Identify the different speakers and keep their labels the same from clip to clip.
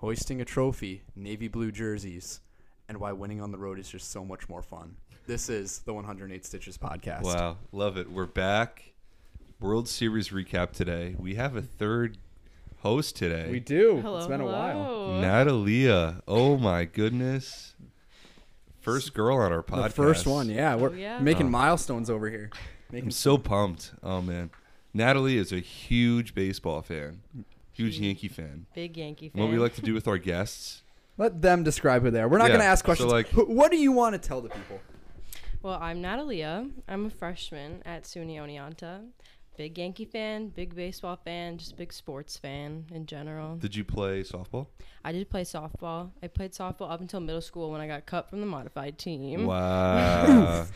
Speaker 1: hoisting a trophy, navy blue jerseys, and why winning on the road is just so much more fun. This is the 108 Stitches podcast.
Speaker 2: Wow, love it. We're back. World Series recap today. We have a third host today.
Speaker 3: We do.
Speaker 4: Hello,
Speaker 3: it's been a while.
Speaker 2: Mm.
Speaker 4: hello.
Speaker 2: Natalia. Oh my goodness. First girl on our podcast.
Speaker 1: The first one, yeah. We're
Speaker 4: Oh, yeah.
Speaker 1: making milestones over here.
Speaker 2: I'm so pumped. Oh man. Natalie is a huge baseball fan. Huge
Speaker 4: Huge.
Speaker 2: Yankee fan.
Speaker 4: Big Yankee fan.
Speaker 2: What we like to do with our guests.
Speaker 1: Let them describe who they are. We're not
Speaker 2: Yeah,
Speaker 1: going to ask
Speaker 2: so,
Speaker 1: questions.
Speaker 2: like-
Speaker 1: Who- what do you want to tell the people?
Speaker 4: Well, I'm Natalia. I'm a freshman at SUNY Oneonta. Big Yankee fan, big baseball fan, just big sports fan in general.
Speaker 2: Did you play softball?
Speaker 4: I did play softball. I played softball up until middle school when I got cut from the modified team.
Speaker 2: Wow.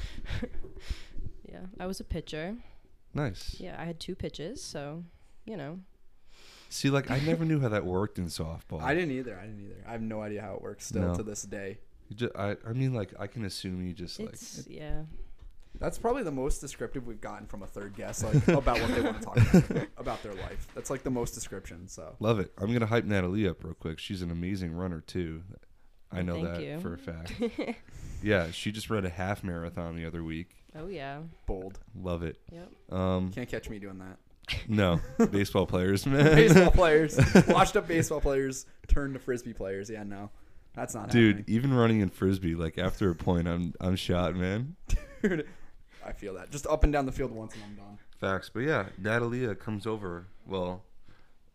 Speaker 4: Yeah, I was a pitcher.
Speaker 2: nice.
Speaker 4: Yeah, I had two pitches, so you know.
Speaker 2: See, like I never knew how that worked in softball.
Speaker 1: I didn't either. I didn't either. I have no idea how it works still
Speaker 2: No.
Speaker 1: to this day.
Speaker 2: You ju- I, I mean, like I can assume you just like
Speaker 4: It's yeah.
Speaker 1: That's probably the most descriptive we've gotten from a third guest, like about what they want to talk about, about their life. That's like the most description. So
Speaker 2: Love it. I'm gonna hype Natalie up real quick. She's an amazing runner too. I know
Speaker 4: Thank
Speaker 2: that
Speaker 4: you.
Speaker 2: for a fact. yeah, she just ran a half marathon the other week.
Speaker 4: Oh yeah.
Speaker 1: bold.
Speaker 2: Love it.
Speaker 4: Yep.
Speaker 2: Um,
Speaker 1: Can't catch me doing that.
Speaker 2: no, baseball players, man.
Speaker 1: baseball players, washed up baseball players, turned to frisbee players. Yeah, no, that's not
Speaker 2: Dude, even running in frisbee, like after a point, I'm I'm shot, man.
Speaker 1: happening. Dude, I feel that. Just up and down the field once and I'm done.
Speaker 2: Facts, but yeah, Natalia comes over. Well,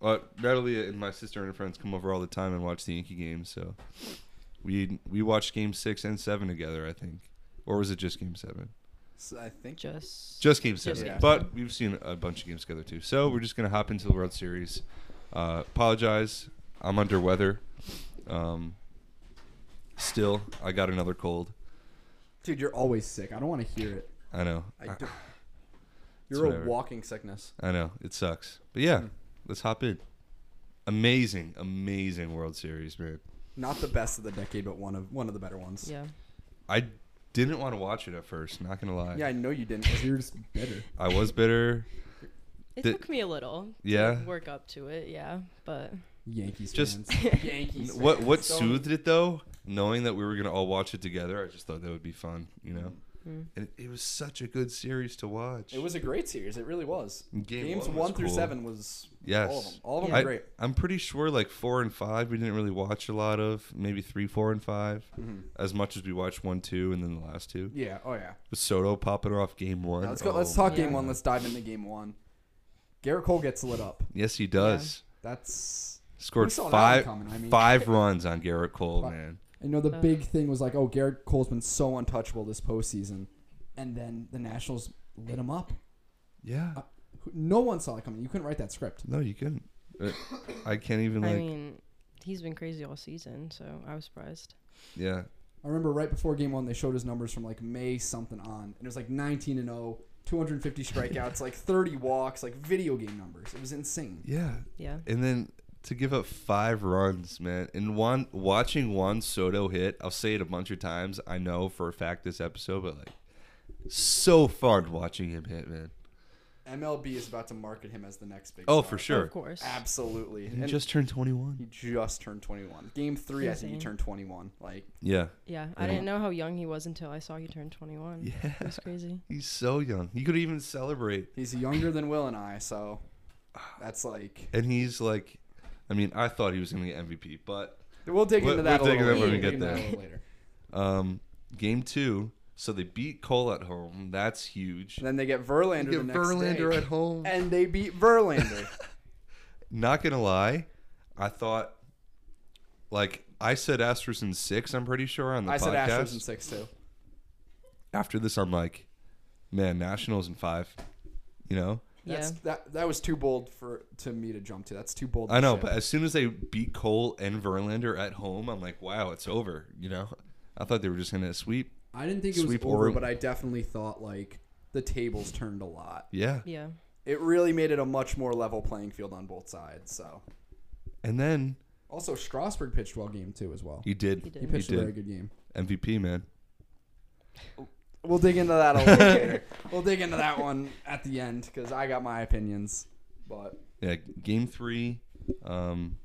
Speaker 2: uh, Natalia and my sister and her friends come over all the time and watch the Yankee games. So we we watched Game Six and Seven together, I think, or was it just Game Seven?
Speaker 1: So I think
Speaker 4: Just
Speaker 2: Just game
Speaker 4: Just
Speaker 2: seven.
Speaker 1: game
Speaker 2: But we've seen a bunch of games together too. So we're just gonna hop into the World Series. Uh, apologize, I'm under weather. Um, still, I got another cold.
Speaker 1: dude, you're always sick. I don't want to hear it.
Speaker 2: I know.
Speaker 1: I
Speaker 2: I,
Speaker 1: do-
Speaker 2: Uh, It's
Speaker 1: you're a
Speaker 2: whatever.
Speaker 1: walking sickness.
Speaker 2: I know. It sucks. But yeah, let's hop in. Amazing, amazing World Series, man.
Speaker 1: Not the best of the decade, but one of one of the better ones.
Speaker 4: yeah.
Speaker 2: I didn't want to watch it at first. Not gonna lie.
Speaker 1: Yeah, I know you didn't. 'cause You're just bitter.
Speaker 2: I was bitter.
Speaker 4: It
Speaker 2: The-
Speaker 4: took me a little.
Speaker 2: Yeah?
Speaker 4: To work up to it. Yeah, but
Speaker 1: Yankees
Speaker 2: Just-
Speaker 1: fans. Yankees.
Speaker 2: What
Speaker 1: fans.
Speaker 2: what
Speaker 1: Don't-
Speaker 2: soothed it though? Knowing that we were gonna all watch it together, I just thought that would be fun, you know.
Speaker 4: Mm-hmm.
Speaker 2: And it, it was such a good series to watch.
Speaker 1: It was a great series. It really was.
Speaker 2: Game
Speaker 1: Games
Speaker 2: one
Speaker 1: one,
Speaker 2: was
Speaker 1: through
Speaker 2: cool.
Speaker 1: seven was
Speaker 2: yes.
Speaker 1: all of them. All of them
Speaker 2: I,
Speaker 1: were great.
Speaker 2: I'm pretty sure like four and five we didn't really watch a lot of. Maybe three, four, and 5
Speaker 1: Mm-hmm.
Speaker 2: as much as we watched one, two, and then the last two.
Speaker 1: Yeah. Oh yeah.
Speaker 2: With Soto popping off game one.
Speaker 1: Now let's go.
Speaker 2: Oh
Speaker 1: let's talk
Speaker 2: my
Speaker 1: game
Speaker 2: God.
Speaker 1: one. Let's dive into game one. Garrett Cole gets lit up.
Speaker 2: Yes, he does.
Speaker 1: That's We
Speaker 2: Scored
Speaker 1: saw that one
Speaker 2: five
Speaker 1: coming, I mean.
Speaker 2: five runs on Garrett Cole,
Speaker 1: Fuck.
Speaker 2: man.
Speaker 1: you know the
Speaker 4: Uh.
Speaker 1: big thing was like, oh, Garrett Cole's been so untouchable this postseason, and then the Nationals lit him up.
Speaker 2: Yeah.
Speaker 1: Uh, Who- No one saw it coming. You couldn't write that script.
Speaker 2: No, you couldn't. Uh, I can't even like
Speaker 4: I mean, he's been crazy all season, so I was surprised.
Speaker 2: yeah.
Speaker 1: I remember right before game one, they showed his numbers from like May something on, and it was like 19 and oh, 0, 250 strikeouts, like 30 walks, like video game numbers. It was insane.
Speaker 2: Yeah.
Speaker 4: Yeah.
Speaker 2: And then to give up five runs, man, and one watching Juan Soto hit, I'll say it a bunch of times. I know for a fact this episode, but like, so fun watching him hit, man.
Speaker 1: MLB is about to market him as the next big.
Speaker 2: Oh,
Speaker 1: star.
Speaker 2: for sure.
Speaker 4: Of course.
Speaker 1: Absolutely.
Speaker 2: He
Speaker 1: And
Speaker 2: just turned
Speaker 1: he
Speaker 2: 21.
Speaker 1: just turned 21. Game three, I think he
Speaker 4: Insane.
Speaker 1: turned 21. Like
Speaker 2: Yeah,
Speaker 4: Yeah, I didn't know how young he was until I saw he turned 21.
Speaker 2: Yeah.
Speaker 4: It was crazy.
Speaker 2: he's so young. He could even celebrate,
Speaker 1: he's younger than Will and I, so that's like
Speaker 2: and he's like, I mean, I thought he was gonna get MVP, but
Speaker 1: we'll dig
Speaker 2: We'll-
Speaker 1: into that
Speaker 2: we'll
Speaker 1: a
Speaker 2: dig
Speaker 1: little
Speaker 2: into
Speaker 1: later.
Speaker 2: that when we
Speaker 1: We'll
Speaker 2: get
Speaker 1: dig into that a
Speaker 2: there.
Speaker 1: little later.
Speaker 2: um, game two, so they beat Cole at home. That's huge.
Speaker 1: And then they get Verlander
Speaker 2: Get
Speaker 1: the next
Speaker 2: Verlander
Speaker 1: day,
Speaker 2: at home.
Speaker 1: and they beat Verlander.
Speaker 2: not gonna lie, I thought like I said Astros in six, I'm pretty sure on the
Speaker 1: I
Speaker 2: podcast.
Speaker 1: said Astros in six too.
Speaker 2: After this I'm like, man, Nationals in five. You know?
Speaker 1: That's,
Speaker 4: yeah.
Speaker 1: that that was too bold for to me to jump to. That's too bold.
Speaker 2: I know,
Speaker 1: to
Speaker 2: but as soon as they beat Cole and Verlander at home, I'm like, wow, it's over, you know? I thought they were just gonna sweep.
Speaker 1: I didn't think
Speaker 2: it
Speaker 1: it
Speaker 2: was
Speaker 1: was
Speaker 2: sweep over,
Speaker 1: over,
Speaker 2: Oregon.
Speaker 1: but
Speaker 2: but
Speaker 1: I definitely thought like the tables turned a lot.
Speaker 2: Yeah.
Speaker 4: Yeah.
Speaker 1: It really made it a much more level playing field on both sides. So
Speaker 2: And then
Speaker 1: also Strasburg pitched well game two as well.
Speaker 2: he did.
Speaker 4: He did.
Speaker 1: He pitched
Speaker 2: He
Speaker 1: a
Speaker 2: did.
Speaker 1: very good game.
Speaker 2: MVP, man.
Speaker 1: We'll dig into that a little later. We'll dig into that one at the end because I got my opinions. But
Speaker 2: Yeah, game three. Um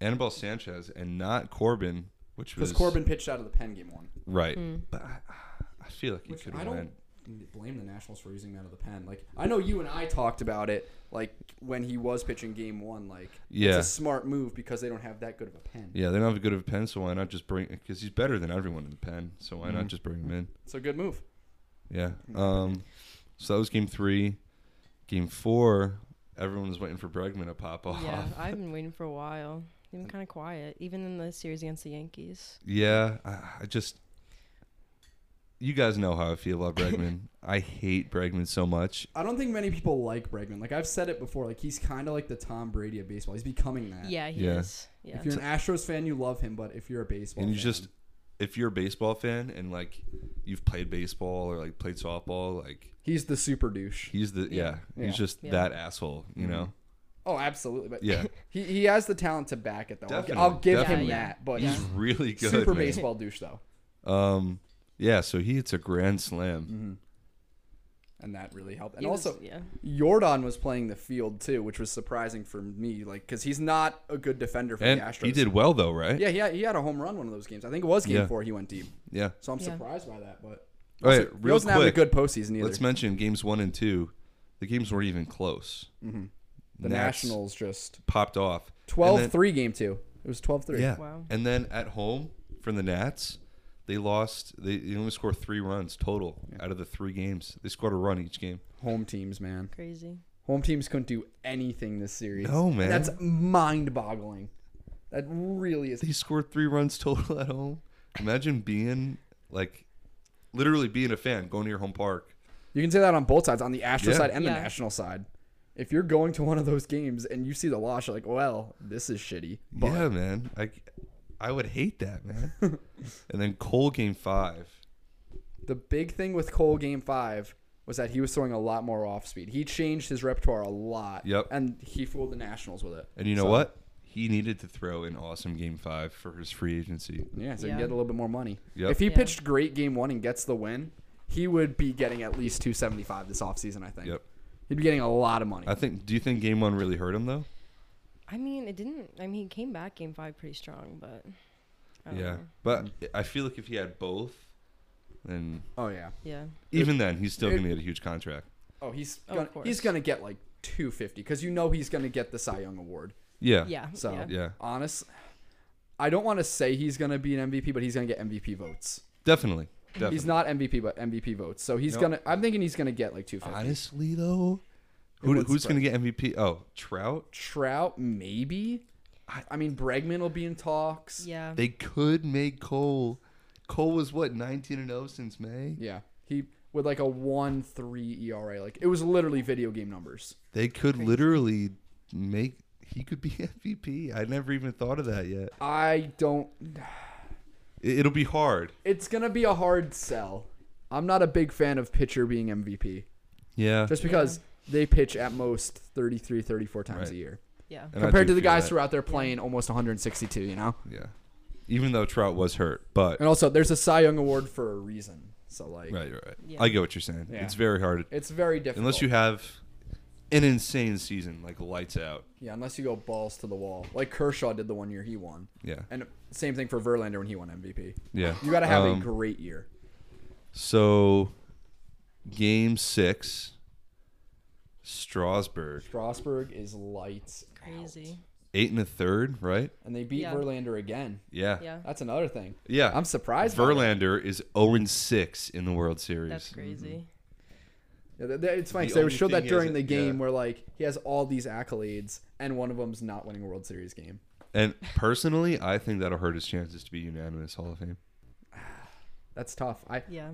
Speaker 2: Annabelle Sanchez and not Corbin, which
Speaker 1: because
Speaker 2: was
Speaker 1: Corbin pitched out of the pen game one.
Speaker 2: right.
Speaker 4: Mm.
Speaker 2: But I, I feel like he
Speaker 1: Which
Speaker 2: could
Speaker 1: I
Speaker 2: have
Speaker 1: don't
Speaker 2: went.
Speaker 1: blame the Nationals for using him out of the pen. Like I know you and I talked about it, like when he was pitching game one. Like
Speaker 2: Yeah.
Speaker 1: it's a smart move because they don't have that good of a pen.
Speaker 2: Yeah, they don't have a good of a pen, so why not just bring? Because he's better than everyone in the pen, so why not
Speaker 1: Mhm.
Speaker 2: just bring him in?
Speaker 1: It's a good move.
Speaker 2: Yeah. Um, so that was game three. Game four, everyone was waiting for Bregman to pop off.
Speaker 4: Yeah, I've been waiting for a while. They've been kind of quiet, even in the series against the Yankees.
Speaker 2: Yeah, I, I just. You guys know how I feel about Bregman. I hate Bregman so much.
Speaker 1: I don't think many people like Bregman. Like I've said it before, like he's kind of like the Tom Brady of baseball. He's becoming that.
Speaker 4: Yeah, he
Speaker 2: Yeah.
Speaker 4: is. Yeah.
Speaker 1: If you're an Astros fan, you love him, but if you're a baseball,
Speaker 2: and you
Speaker 1: fan,
Speaker 2: just, if you're a baseball fan and like you've played baseball or like played softball, like
Speaker 1: he's the super douche.
Speaker 2: he's the yeah,
Speaker 1: Yeah.
Speaker 2: he's just
Speaker 4: Yeah.
Speaker 2: that asshole, you know?
Speaker 1: Oh, absolutely. But
Speaker 2: Yeah,
Speaker 1: he, he has the talent to back it though. I'll-
Speaker 2: Definitely,
Speaker 1: I'll give
Speaker 2: definitely.
Speaker 1: him that. But
Speaker 2: he's really good.
Speaker 1: super
Speaker 2: man.
Speaker 1: baseball douche though,
Speaker 2: Um, yeah, so he hits a grand slam.
Speaker 1: Mm-hmm. and that really helped. And
Speaker 4: He was-
Speaker 1: also,
Speaker 4: yeah.
Speaker 1: Jordan was playing the field too, which was surprising for me, like because he's not a good defender for
Speaker 2: And
Speaker 1: the Astros.
Speaker 2: he did well though, right?
Speaker 1: Yeah, he had, he had a home run one of those games. I think it was game
Speaker 2: Yeah.
Speaker 1: four. He went deep,
Speaker 2: Yeah.
Speaker 1: so I'm
Speaker 4: Yeah.
Speaker 1: surprised by that. But
Speaker 2: All right,
Speaker 1: Also, he
Speaker 2: real
Speaker 1: wasn't having a
Speaker 2: quick.
Speaker 1: good postseason either.
Speaker 2: Let's mention games one and two. The games weren't even close.
Speaker 1: Mm-hmm. the
Speaker 2: Nats
Speaker 1: Nationals just
Speaker 2: popped off.
Speaker 1: 12
Speaker 2: 12
Speaker 1: 3 game two. It was 12 3.
Speaker 2: Yeah.
Speaker 4: Wow.
Speaker 2: And then at home from the Nats, they lost. They, they only scored three runs total out of the three games. They scored a run each game.
Speaker 1: Home teams, man.
Speaker 4: Crazy.
Speaker 1: Home teams couldn't do anything this series.
Speaker 2: No,
Speaker 1: And
Speaker 2: man.
Speaker 1: That's mind boggling. That really is.
Speaker 2: They scored three runs total at home. Imagine being like, literally being a fan, going to your home park.
Speaker 1: You can say that on both sides, on the Astros
Speaker 2: Yeah.
Speaker 1: side and the
Speaker 4: Yeah.
Speaker 1: National side. If you're going to one of those games and you see the loss, you're like, well, this is shitty. But
Speaker 2: yeah, man. I, I would hate that, man. and then Cole game five.
Speaker 1: the big thing with Cole game five was that he was throwing a lot more off speed. He changed his repertoire a lot.
Speaker 2: Yep.
Speaker 1: And he fooled the Nationals with it.
Speaker 2: And you know
Speaker 1: So,
Speaker 2: what? He needed to throw an awesome game five for his free agency.
Speaker 1: Yeah, so
Speaker 4: Yeah.
Speaker 1: he get a little bit more money.
Speaker 2: Yep.
Speaker 1: If he
Speaker 4: Yeah.
Speaker 1: pitched great game one and gets the win, he would be getting at least 275 this offseason, I think.
Speaker 2: Yep.
Speaker 1: He'd be getting a lot of money.
Speaker 2: I think. Do you think game one really hurt him though?
Speaker 4: I mean, it didn't. I mean, he came back game five pretty strong, but. I don't
Speaker 2: Yeah,
Speaker 4: know.
Speaker 2: but I feel like if he had both, then
Speaker 1: oh, yeah.
Speaker 4: Yeah.
Speaker 2: even then he's still
Speaker 1: it-
Speaker 2: gonna get a huge contract.
Speaker 1: Oh, he's
Speaker 4: Of
Speaker 1: gonna,
Speaker 4: course.
Speaker 1: he's going to get like 250 because you know he's going to get the Cy Young Award.
Speaker 2: Yeah.
Speaker 4: Yeah.
Speaker 1: So-
Speaker 4: yeah.
Speaker 2: Yeah.
Speaker 1: Honest, I don't want to say he's going to be an MVP, but he's going to get MVP votes.
Speaker 2: Definitely. Definitely.
Speaker 1: He's not MVP, but MVP votes. So he's
Speaker 2: Nope.
Speaker 1: going to, I'm thinking he's going to get like 250.
Speaker 2: Honestly though,
Speaker 1: It
Speaker 2: who,
Speaker 1: wouldn't
Speaker 2: who's gonna get MVP? Oh, Trout.
Speaker 1: Trout, maybe. I, I mean, Bregman will be in talks. Yeah.
Speaker 4: Yeah.
Speaker 2: They could make Cole. Cole was what 19 and 0 since May.
Speaker 1: He with like a 1 3 ERA. Like, it was literally video game numbers.
Speaker 2: They could literally make. He could be MVP. I never even thought of that yet.
Speaker 1: I don't.
Speaker 2: It, it'll be hard.
Speaker 1: It's going to be a hard sell. I'm not a big fan of pitcher being MVP
Speaker 2: Yeah.
Speaker 1: just because they pitch at most 33, 34 times a
Speaker 2: Right.
Speaker 1: year
Speaker 4: yeah.
Speaker 2: And I
Speaker 1: compared
Speaker 2: do
Speaker 1: to the
Speaker 2: feel
Speaker 1: guys
Speaker 2: that.
Speaker 1: who are out there playing almost 162, you know?
Speaker 2: Yeah. Even though Trout was hurt, but
Speaker 1: And also, there's a Cy Young Award for a reason. So, like,
Speaker 2: Right, right. right.
Speaker 4: Yeah.
Speaker 2: I get what you're saying.
Speaker 1: Yeah.
Speaker 2: It's very hard
Speaker 1: it's very difficult.
Speaker 2: unless you have an insane season like lights out.
Speaker 1: Yeah, unless you go balls to the wall. Like Kershaw did the one year he won.
Speaker 2: Yeah.
Speaker 1: And same thing for Verlander when he won MVP.
Speaker 2: Yeah.
Speaker 1: You got to have a
Speaker 2: Um,
Speaker 1: great year.
Speaker 2: So game 6 Strasburg
Speaker 1: Strasburg is lights
Speaker 4: Crazy.
Speaker 1: out.
Speaker 2: eight and a third, right?
Speaker 1: and they beat
Speaker 4: Yeah.
Speaker 1: Verlander again.
Speaker 2: Yeah.
Speaker 4: Yeah.
Speaker 1: That's another thing.
Speaker 2: Yeah.
Speaker 1: I'm surprised. by that.
Speaker 2: Verlander is 0 and 6 in the World Series.
Speaker 4: That's crazy.
Speaker 2: Mm-hmm.
Speaker 1: Yeah, th- th- it's funny.
Speaker 2: The
Speaker 1: 'cause They
Speaker 2: only
Speaker 1: showed that
Speaker 2: thing
Speaker 1: during
Speaker 2: is-
Speaker 1: the game
Speaker 2: yeah.
Speaker 1: where like he has all these accolades, and one of them's not winning a World Series game.
Speaker 2: And personally, I think that'll hurt his chances to be unanimous Hall of Fame.
Speaker 1: That's tough. I
Speaker 4: Yeah.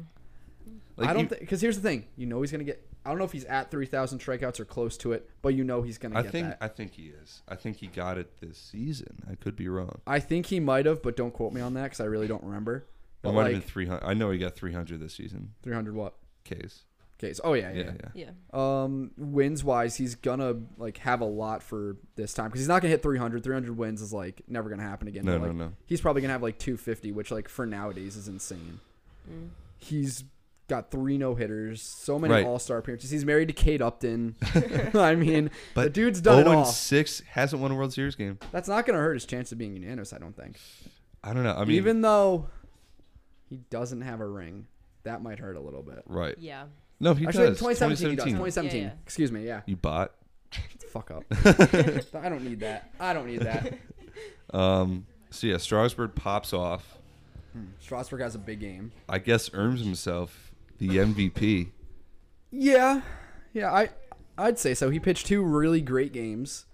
Speaker 2: Like,
Speaker 1: I don't
Speaker 2: you-
Speaker 1: think because here's the thing. You know he's gonna get. I don't know if he's at three thousand strikeouts or close to it, but you know he's gonna
Speaker 2: I
Speaker 1: get
Speaker 2: think
Speaker 1: that.
Speaker 2: I think he is. I think he got it this season. I could be wrong.
Speaker 1: I think he might have, but don't quote me on that because I really don't remember.
Speaker 2: It
Speaker 1: But
Speaker 2: might have
Speaker 1: like
Speaker 2: been 300. I know he got 300 this season.
Speaker 1: three hundred what?
Speaker 2: Case.
Speaker 1: Okay, so- oh yeah, yeah.
Speaker 2: Yeah, yeah.
Speaker 4: Yeah.
Speaker 1: Um, wins wise, he's gonna like have a lot for this time because he's not gonna hit 300. 300 wins is like never gonna happen again.
Speaker 2: No,
Speaker 1: but,
Speaker 2: no,
Speaker 1: like,
Speaker 2: no.
Speaker 4: Mm.
Speaker 1: He's probably gonna have like 250, which like for nowadays is insane. He's got three no hitters, so many
Speaker 2: Right.
Speaker 1: All Star appearances. He's married to Kate Upton. I mean, the
Speaker 2: But
Speaker 1: dude's done it
Speaker 2: Oh, and
Speaker 1: all.
Speaker 2: six hasn't won a World Series game.
Speaker 1: That's not going to hurt his chance of being unanimous, I don't think.
Speaker 2: I don't know. I mean,
Speaker 1: Even though he doesn't have a ring, that might hurt a little bit.
Speaker 2: right?
Speaker 4: Yeah.
Speaker 2: No, he
Speaker 1: Actually,
Speaker 2: does.
Speaker 1: 2017, he does.
Speaker 2: 2017.
Speaker 1: 2017.
Speaker 4: Yeah, yeah.
Speaker 1: Excuse me. Yeah.
Speaker 2: You bought.
Speaker 1: Shut the Fuck up. I don't need that. I don't need that.
Speaker 2: Um. So yeah, Strasburg pops off.
Speaker 1: Strasburg has a big game.
Speaker 2: I guess earns himself the MVP.
Speaker 1: Yeah, yeah, I I'd say so. He pitched two really great games.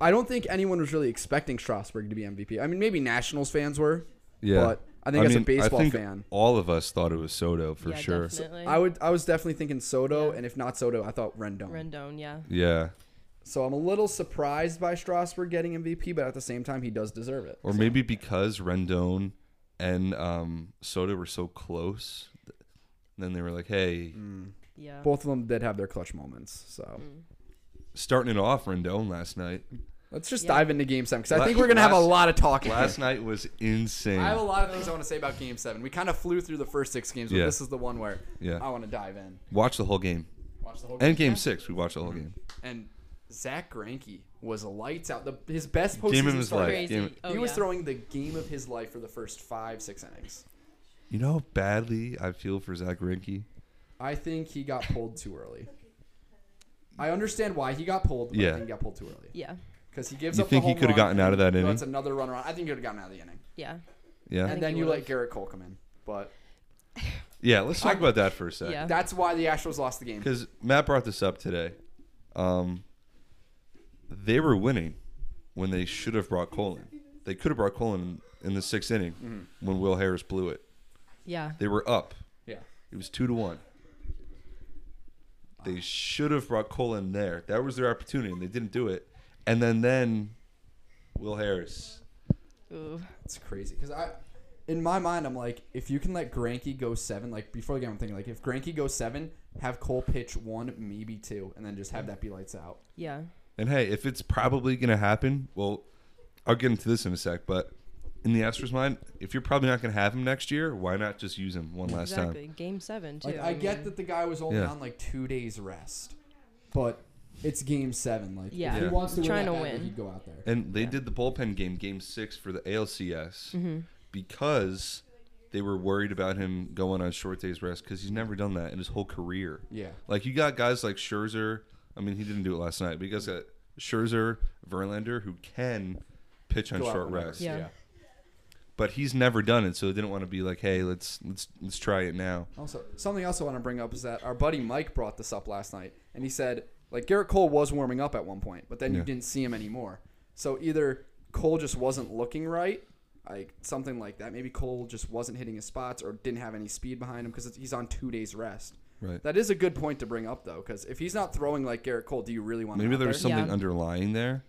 Speaker 1: I don't think anyone was really expecting Strasburg to be MVP. I mean, maybe Nationals fans were.
Speaker 2: Yeah.
Speaker 1: But I think as a
Speaker 2: mean,
Speaker 1: baseball
Speaker 2: I think
Speaker 1: fan-
Speaker 2: all of us thought it was Soto for
Speaker 4: yeah,
Speaker 2: sure.
Speaker 4: Definitely.
Speaker 1: I would I was definitely thinking Soto,
Speaker 4: Yeah.
Speaker 1: and if not Soto, I thought Rendon.
Speaker 4: Rendon, yeah.
Speaker 2: Yeah.
Speaker 1: so I'm a little surprised by Strasburg getting MVP, but at the same time, he does deserve it.
Speaker 2: Or maybe because Rendon and um, Soto were so close, th- then they were like, "Hey,
Speaker 4: Yeah.
Speaker 1: Both of them did have their clutch moments, so
Speaker 4: Mm.
Speaker 2: starting it off Rendon last night.
Speaker 1: let's just
Speaker 4: Yeah.
Speaker 1: dive into Game Seven because I
Speaker 2: La-
Speaker 1: think we're gonna have a
Speaker 2: last-
Speaker 1: lot of talk.
Speaker 2: Last night was insane.
Speaker 1: I have a lot of things I want to say about Game Seven. We kind of flew through the first six games, but
Speaker 2: Yeah.
Speaker 1: this is the one where
Speaker 2: Yeah.
Speaker 1: I want to dive in.
Speaker 2: Watch the whole game.
Speaker 1: Watch the whole game.
Speaker 2: And game six, we watched the whole game.
Speaker 1: and Zach Granke was lights out. The, his best postseason
Speaker 2: Game of his
Speaker 1: start.
Speaker 2: life.
Speaker 4: Crazy.
Speaker 2: Game.
Speaker 4: Oh,
Speaker 1: he was
Speaker 4: yeah.
Speaker 1: throwing the game of his life for the first five, six innings.
Speaker 2: You know how badly I feel for Zach Greinke.
Speaker 1: I think he got pulled too early. I understand why he got pulled. But I
Speaker 2: Yeah.
Speaker 1: think he got pulled too early
Speaker 4: Yeah.
Speaker 1: because he gives
Speaker 2: You
Speaker 1: up.
Speaker 2: think
Speaker 1: the
Speaker 2: he
Speaker 1: home
Speaker 2: coulda
Speaker 1: run,
Speaker 2: gotten
Speaker 1: and
Speaker 2: out of that
Speaker 1: he
Speaker 2: inning?
Speaker 1: puts another run around. I think he could have gotten out of the inning,
Speaker 4: Yeah.
Speaker 2: Yeah,
Speaker 1: and
Speaker 4: think
Speaker 1: then
Speaker 4: he
Speaker 1: you let
Speaker 4: would've.
Speaker 1: Garrett Cole come in. But
Speaker 2: yeah. Let's talk about that for a sec.
Speaker 4: Yeah.
Speaker 1: that's why the Astros lost the game.
Speaker 2: Because Matt brought this up today. Um, they were winning when they should have brought Colin. They could have brought Colin in the sixth inning when Will Harris blew it.
Speaker 4: Yeah.
Speaker 2: They were up.
Speaker 1: Yeah,
Speaker 2: It was two to one. They should have brought Colin there. That was their opportunity, and they didn't do it. And then then Will Harris.
Speaker 4: Ooh.
Speaker 1: it's crazy. Because I, in my mind, I'm like, if you can let Granke go seven, like before the game, I'm thinking like, if Granke goes seven, have Cole pitch one, maybe two, and then just have that be lights out.
Speaker 4: Yeah.
Speaker 2: And hey, if it's probably gonna happen, well, I'll get into this in a sec. But in the Astros' mind, if you're probably not gonna have him next year, why not just use him one last time?
Speaker 4: Exactly. Game seven too.
Speaker 1: Like I get
Speaker 4: mean,
Speaker 1: that the guy was only
Speaker 2: Yeah.
Speaker 1: on like two days rest, but it's game seven. Like
Speaker 4: Yeah.
Speaker 1: if he
Speaker 2: Yeah.
Speaker 1: wants to win,
Speaker 4: Trying
Speaker 1: that
Speaker 4: to
Speaker 1: badly,
Speaker 4: win.
Speaker 1: he'd go out there.
Speaker 2: And they did the bullpen game, game six for the ALCS,
Speaker 1: Mm-hmm.
Speaker 2: because they were worried about him going on short days rest because he's never done that in his whole career.
Speaker 1: Yeah.
Speaker 2: Like you got guys like Scherzer. I mean, he didn't do it last night, but you guys got Scherzer, Verlander, who can pitch on
Speaker 1: Go out
Speaker 2: short
Speaker 1: whenever.
Speaker 2: rest,
Speaker 4: Yeah.
Speaker 2: but he's never done it, so they didn't want to be like, hey, let's let's let's try it now.
Speaker 1: Also, something else I want to bring up is that our buddy Mike brought this up last night, and he said like Garrett Cole was warming up at one point, but then you
Speaker 2: Yeah.
Speaker 1: didn't see him anymore. So either Cole just wasn't looking right, like something like that. Maybe Cole just wasn't hitting his spots or didn't have any speed behind him because he's on two days rest.
Speaker 2: Right.
Speaker 1: That is a good point to bring up though, because if he's not throwing like Garrett Cole, do you really want? him
Speaker 2: Maybe
Speaker 1: out
Speaker 2: there was
Speaker 1: there?
Speaker 2: something
Speaker 4: Yeah.
Speaker 2: underlying there.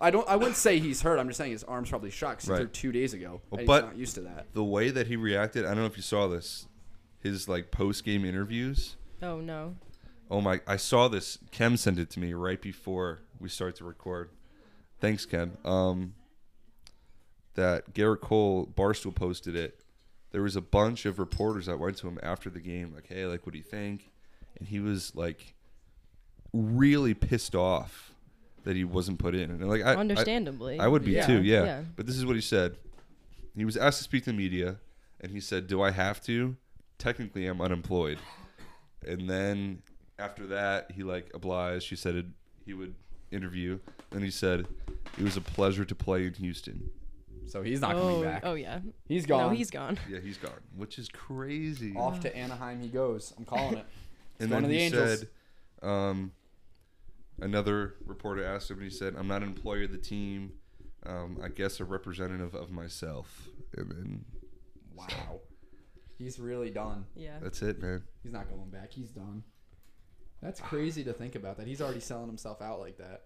Speaker 1: I don't. I wouldn't say he's hurt. I'm just saying his arm's probably shot 'cause
Speaker 2: Right.
Speaker 1: he threw two days ago.
Speaker 2: Well,
Speaker 1: and
Speaker 2: but-
Speaker 1: he's not used to that.
Speaker 2: The way that he reacted, I don't know if you saw this, his like post game interviews.
Speaker 4: Oh no.
Speaker 2: Oh my! I saw this. Kem sent it to me right before we start to record. Thanks, Kem. Um, that Garrett Cole Barstool posted it. There was a bunch of reporters that went to him after the game, like, "Hey, like, what do you think?" And he was like, really pissed off that he wasn't put in. And like, I I-
Speaker 4: Understandably.
Speaker 2: I would be
Speaker 1: Yeah.
Speaker 2: too, yeah.
Speaker 4: Yeah.
Speaker 2: But this is what he said. He was asked to speak to the media, and he said, "Do I have to? Technically, I'm unemployed." And then after that, he like obliged. He said it, he would interview, and he said, "It was a pleasure to play in Houston."
Speaker 1: So he's not coming
Speaker 4: Oh,
Speaker 1: back.
Speaker 4: oh yeah.
Speaker 1: He's gone.
Speaker 4: No, he's gone.
Speaker 2: Yeah, he's gone, which is crazy.
Speaker 1: Off to Anaheim he goes. I'm calling it. going
Speaker 2: and then
Speaker 1: to the
Speaker 2: he
Speaker 1: Angels.
Speaker 2: said, um, another reporter asked him, and he said, "I'm not an employee of the team. Um, I guess a representative of myself." And then
Speaker 1: wow. He's really done.
Speaker 4: Yeah.
Speaker 2: that's it, man.
Speaker 1: He's not going back. He's done. That's crazy to think about. That he's already selling himself out like that.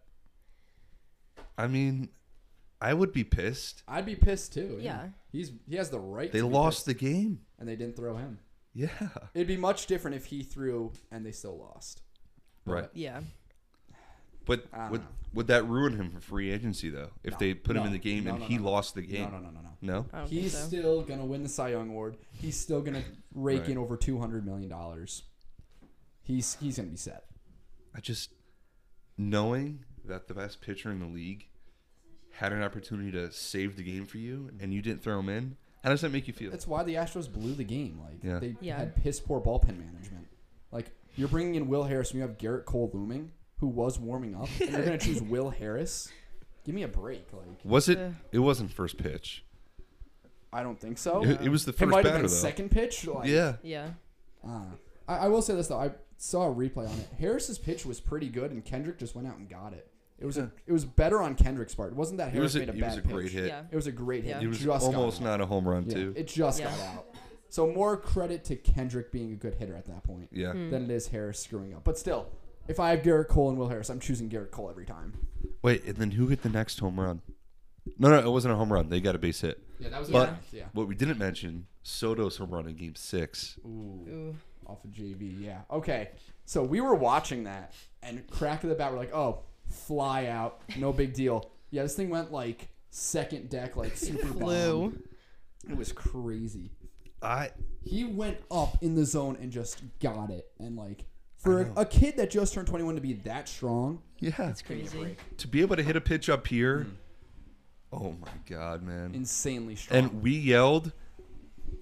Speaker 2: I mean, I would be pissed.
Speaker 1: I'd be pissed too.
Speaker 4: Yeah.
Speaker 1: He's he has the right.
Speaker 2: They
Speaker 1: to be pissed,
Speaker 2: lost the game.
Speaker 1: and they didn't throw him.
Speaker 2: Yeah.
Speaker 1: It'd be much different if he threw and they still lost.
Speaker 2: Right.
Speaker 4: Yeah.
Speaker 2: But
Speaker 1: I don't
Speaker 2: would
Speaker 1: know.
Speaker 2: would that ruin him for free agency though? If
Speaker 1: Ah. No.
Speaker 2: they put
Speaker 1: No.
Speaker 2: him in the game
Speaker 1: No,
Speaker 2: and
Speaker 1: no,
Speaker 2: he
Speaker 1: no.
Speaker 2: lost the
Speaker 1: No,
Speaker 2: game?
Speaker 1: no, Uh. no, no, no.
Speaker 2: No.
Speaker 4: I don't
Speaker 1: He's
Speaker 4: think so.
Speaker 1: still gonna win the Cy Young award. He's still gonna rake
Speaker 2: Right.
Speaker 1: in over two hundred million dollars. He's he's gonna be set.
Speaker 2: I just knowing that the best pitcher in the league had an opportunity to save the game for you and you didn't throw him in. How does that make you feel?
Speaker 1: That's why the Astros blew the game. Like
Speaker 2: Yeah.
Speaker 1: they
Speaker 4: Yeah.
Speaker 1: had piss poor bullpen management. Like you're bringing in Will Harris, and you have Garrett Cole looming, who was warming up, and you're gonna choose Will Harris. Give me a break. Like
Speaker 2: was it?
Speaker 4: Yeah.
Speaker 2: It wasn't first pitch.
Speaker 1: I don't think so.
Speaker 2: It, it was the
Speaker 1: Oh, It
Speaker 2: first
Speaker 1: might
Speaker 2: batter
Speaker 1: have been
Speaker 2: though.
Speaker 1: second pitch. Like,
Speaker 2: Yeah.
Speaker 4: Yeah.
Speaker 1: Uh, I, I will say this though. I saw a replay on it. Harris's pitch was pretty good, and Kendrick just went out and got it. It was a, it was better on Kendrick's part. It wasn't that
Speaker 2: It
Speaker 1: Harris
Speaker 2: was a,
Speaker 1: made a
Speaker 2: it
Speaker 1: bad
Speaker 2: was a
Speaker 1: pitch.
Speaker 2: great hit.
Speaker 4: Yeah.
Speaker 1: It was a great hit.
Speaker 4: Yeah.
Speaker 2: It was
Speaker 1: just got
Speaker 2: almost
Speaker 1: out.
Speaker 2: not a home run
Speaker 1: Yeah,
Speaker 2: too.
Speaker 1: It just
Speaker 4: Yeah.
Speaker 1: got out. So more credit to Kendrick being a good hitter at that point
Speaker 2: yeah.
Speaker 4: Mm.
Speaker 1: than it is Harris screwing up. But still, if I have Garrett Cole and Will Harris, I'm choosing Garrett Cole every time.
Speaker 2: Wait, and then who hit the next home run? No, no, it wasn't a home run. They got a base hit.
Speaker 1: Yeah, that was
Speaker 2: But
Speaker 1: yeah.
Speaker 2: what we didn't mention, Soto's home run in Game Six.
Speaker 4: Ooh.
Speaker 1: off of JV. Yeah. Okay. So we were watching that, and crack of the bat, we're like, oh, fly out, no big deal. Yeah, this thing went like second deck, like super
Speaker 4: Flew.
Speaker 1: bomb. It was crazy.
Speaker 2: I
Speaker 1: He went up in the zone and just got it, and like for a, a kid that just turned 21 to be that strong,
Speaker 2: yeah.
Speaker 4: It's crazy.
Speaker 2: To be able to hit a pitch up here.
Speaker 1: Mm.
Speaker 2: Oh my god, man.
Speaker 1: insanely strong.
Speaker 2: and we yelled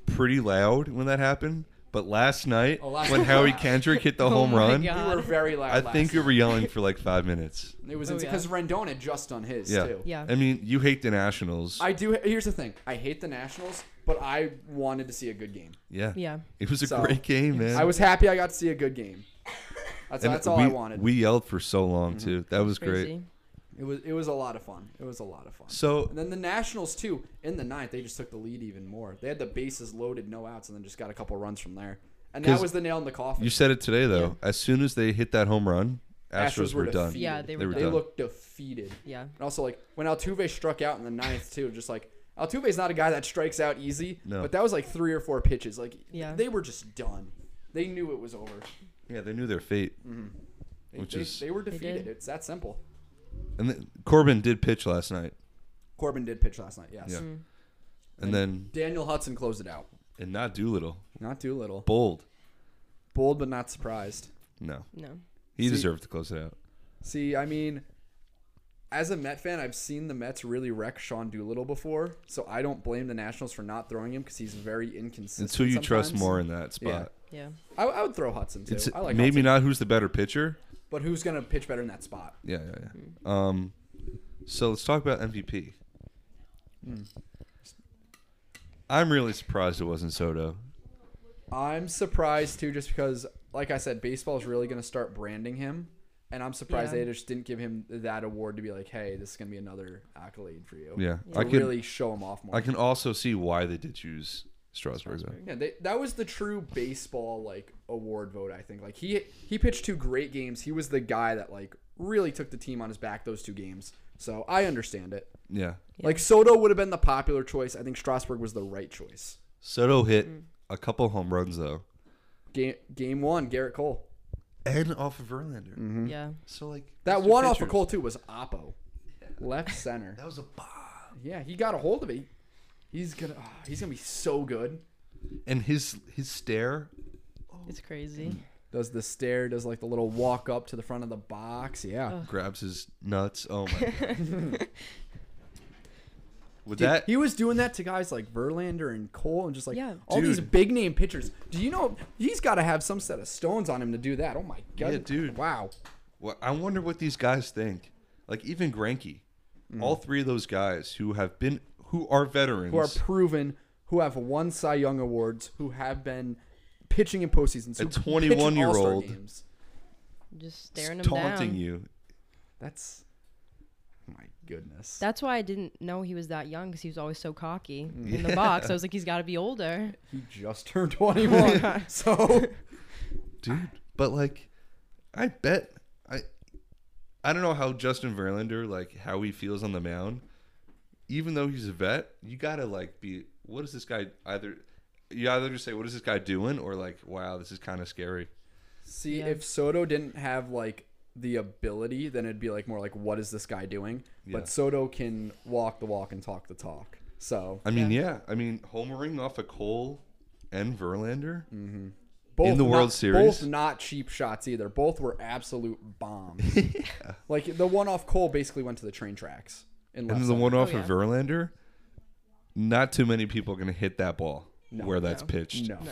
Speaker 2: pretty loud when that happened. But last night,
Speaker 1: Oh, last
Speaker 2: when
Speaker 1: night.
Speaker 2: Howie Kendrick hit the home
Speaker 4: my
Speaker 2: run,
Speaker 4: God.
Speaker 1: we were very loud.
Speaker 2: I
Speaker 1: last
Speaker 2: think we
Speaker 1: night.
Speaker 2: were yelling for like five minutes.
Speaker 1: it was
Speaker 4: Oh, yeah.
Speaker 1: because Rendon had just done his
Speaker 2: Yeah.
Speaker 1: too.
Speaker 4: Yeah.
Speaker 2: I mean, you hate the Nationals.
Speaker 1: I do. Here's the thing. I hate the Nationals, but I wanted to see a good game.
Speaker 2: yeah.
Speaker 4: Yeah.
Speaker 2: It was a
Speaker 1: So,
Speaker 2: great game, man.
Speaker 1: I was happy I got to see a good game. That's,
Speaker 2: And
Speaker 1: that's all
Speaker 2: we,
Speaker 1: I wanted. Mm-hmm.
Speaker 2: We yelled for so long too. That was great.
Speaker 4: Crazy.
Speaker 1: it was it was a lot of fun. It was a lot of fun.
Speaker 2: So
Speaker 1: and then the Nationals too in the ninth they just took the lead even more. They had the bases loaded, no outs, and then just got a couple runs from there. And that
Speaker 2: 'Cause
Speaker 1: was the nail in the coffin.
Speaker 2: you said it today though. As soon as they hit that home run, Astros,
Speaker 1: Astros
Speaker 2: were,
Speaker 1: were
Speaker 2: done.
Speaker 1: defeated.
Speaker 4: Yeah, they were
Speaker 1: they
Speaker 2: done.
Speaker 1: looked defeated.
Speaker 4: Yeah.
Speaker 1: And also like when Altuve struck out in the ninth too, just like Altuve's not a guy that strikes out easy.
Speaker 2: No.
Speaker 1: But that was like three or four pitches. Like
Speaker 4: Yeah.
Speaker 1: they were just done. They knew it was over.
Speaker 2: yeah, they knew their fate.
Speaker 1: Mm. They,
Speaker 2: Which
Speaker 1: they-
Speaker 2: is-
Speaker 1: they were
Speaker 4: did.
Speaker 1: defeated. it's that simple.
Speaker 2: And then Corbin did pitch last night.
Speaker 1: Corbin did pitch last night. Yes.
Speaker 2: Yeah. And then
Speaker 1: Daniel Hudson closed it out.
Speaker 2: and not Doolittle.
Speaker 1: Not too little.
Speaker 2: Bold.
Speaker 1: Bold, but not surprised.
Speaker 2: No.
Speaker 4: No.
Speaker 2: He
Speaker 1: See-
Speaker 2: deserved to close it out.
Speaker 1: See, I mean, as a Met fan, I've seen the Mets really wreck Sean Doolittle before, so I don't blame the Nationals for not throwing him because he's very inconsistent.
Speaker 2: It's who you trust
Speaker 1: sometimes.
Speaker 2: more in that spot.
Speaker 4: Yeah.
Speaker 1: I, I would throw Hudson too.
Speaker 2: It's
Speaker 1: I like
Speaker 2: maybe
Speaker 1: Hudson,
Speaker 2: not who's the better pitcher.
Speaker 1: but who's gonna pitch better in that spot?
Speaker 2: Yeah, yeah,
Speaker 1: Mm.
Speaker 2: yeah. Um, so let's talk about MVP.
Speaker 1: Mm.
Speaker 2: I'm really surprised it wasn't Soto.
Speaker 1: I'm surprised too, just because, like I said, baseball is really gonna start branding him, and I'm surprised
Speaker 4: Yeah.
Speaker 1: they just didn't give him that award to be like, hey, this is gonna be another accolade for you.
Speaker 2: Yeah,
Speaker 1: to
Speaker 2: I can
Speaker 1: really show him off more.
Speaker 2: I can also see why they did choose Strasburg. though.
Speaker 1: Yeah, they, that was the true baseball like award vote. I think like he he pitched two great games. He was the guy that like really took the team on his back those two games. So I understand it.
Speaker 2: Yeah,
Speaker 1: Like Soto would have been the popular choice. I think Strasburg was the right choice.
Speaker 2: Soto hit a couple home runs though,
Speaker 1: Game game one, Garrett Cole.
Speaker 2: and off of Verlander.
Speaker 4: Yeah.
Speaker 2: So like
Speaker 1: That
Speaker 2: these two
Speaker 1: one off of
Speaker 2: pitchers-
Speaker 1: Cole too was Oppo, left center.
Speaker 2: That was a bomb.
Speaker 1: Yeah, he got a hold of it. He's gonna ah, he's gonna be so good.
Speaker 2: And his his stare.
Speaker 4: It's crazy.
Speaker 1: Does the stare? Does like the little walk up to the front of the box? Yeah.
Speaker 2: Grabs his nuts. Oh my god! With
Speaker 1: Dude,
Speaker 2: that,
Speaker 1: he was doing that to guys like Verlander and Cole and just like
Speaker 4: Yeah.
Speaker 1: all these
Speaker 2: Dude.
Speaker 1: big name pitchers. Do you know he's got to have some set of stones on him to do that? Oh my god,
Speaker 2: Yeah, dude.
Speaker 1: Wow.
Speaker 2: Well, I wonder what these guys think. Like even Granky, all three of those guys who have been who are veterans.
Speaker 1: Who are proven? Who have won Cy Young awards? Who have been pitching in postseasons? who pitch in
Speaker 2: 21-year-old.
Speaker 1: All-Star games.
Speaker 4: Just staring him
Speaker 2: taunting
Speaker 4: down.
Speaker 2: you.
Speaker 1: That's my goodness.
Speaker 4: That's why I didn't know he was that young because he was always so cocky in the box. I was like, he's got to be older.
Speaker 1: he just turned 21. so
Speaker 2: Dude, but like I bet I I don't know how Justin Verlander like how he feels on the mound. Even though he's a vet, you got to like be what is this guy either you either just say what is this guy doing or like wow, this is kind of scary.
Speaker 1: See
Speaker 4: Yeah.
Speaker 1: if Soto didn't have like the ability, then it'd be like more like what is this guy doing?
Speaker 2: Yeah.
Speaker 1: But Soto can walk the walk and talk the talk. So
Speaker 2: I mean, yeah. I mean, homering off of Cole and Verlander.
Speaker 1: both
Speaker 2: the World
Speaker 1: not,
Speaker 2: Series?
Speaker 1: both not cheap shots either. Both were absolute bombs. Like the one off Cole basically went to the train tracks. In left
Speaker 2: And the
Speaker 1: center.
Speaker 2: one off
Speaker 4: Oh,
Speaker 2: of
Speaker 4: yeah.
Speaker 2: Verlander, not too many people are going to hit that ball where that's
Speaker 4: No.
Speaker 2: pitched.
Speaker 1: no.
Speaker 4: No.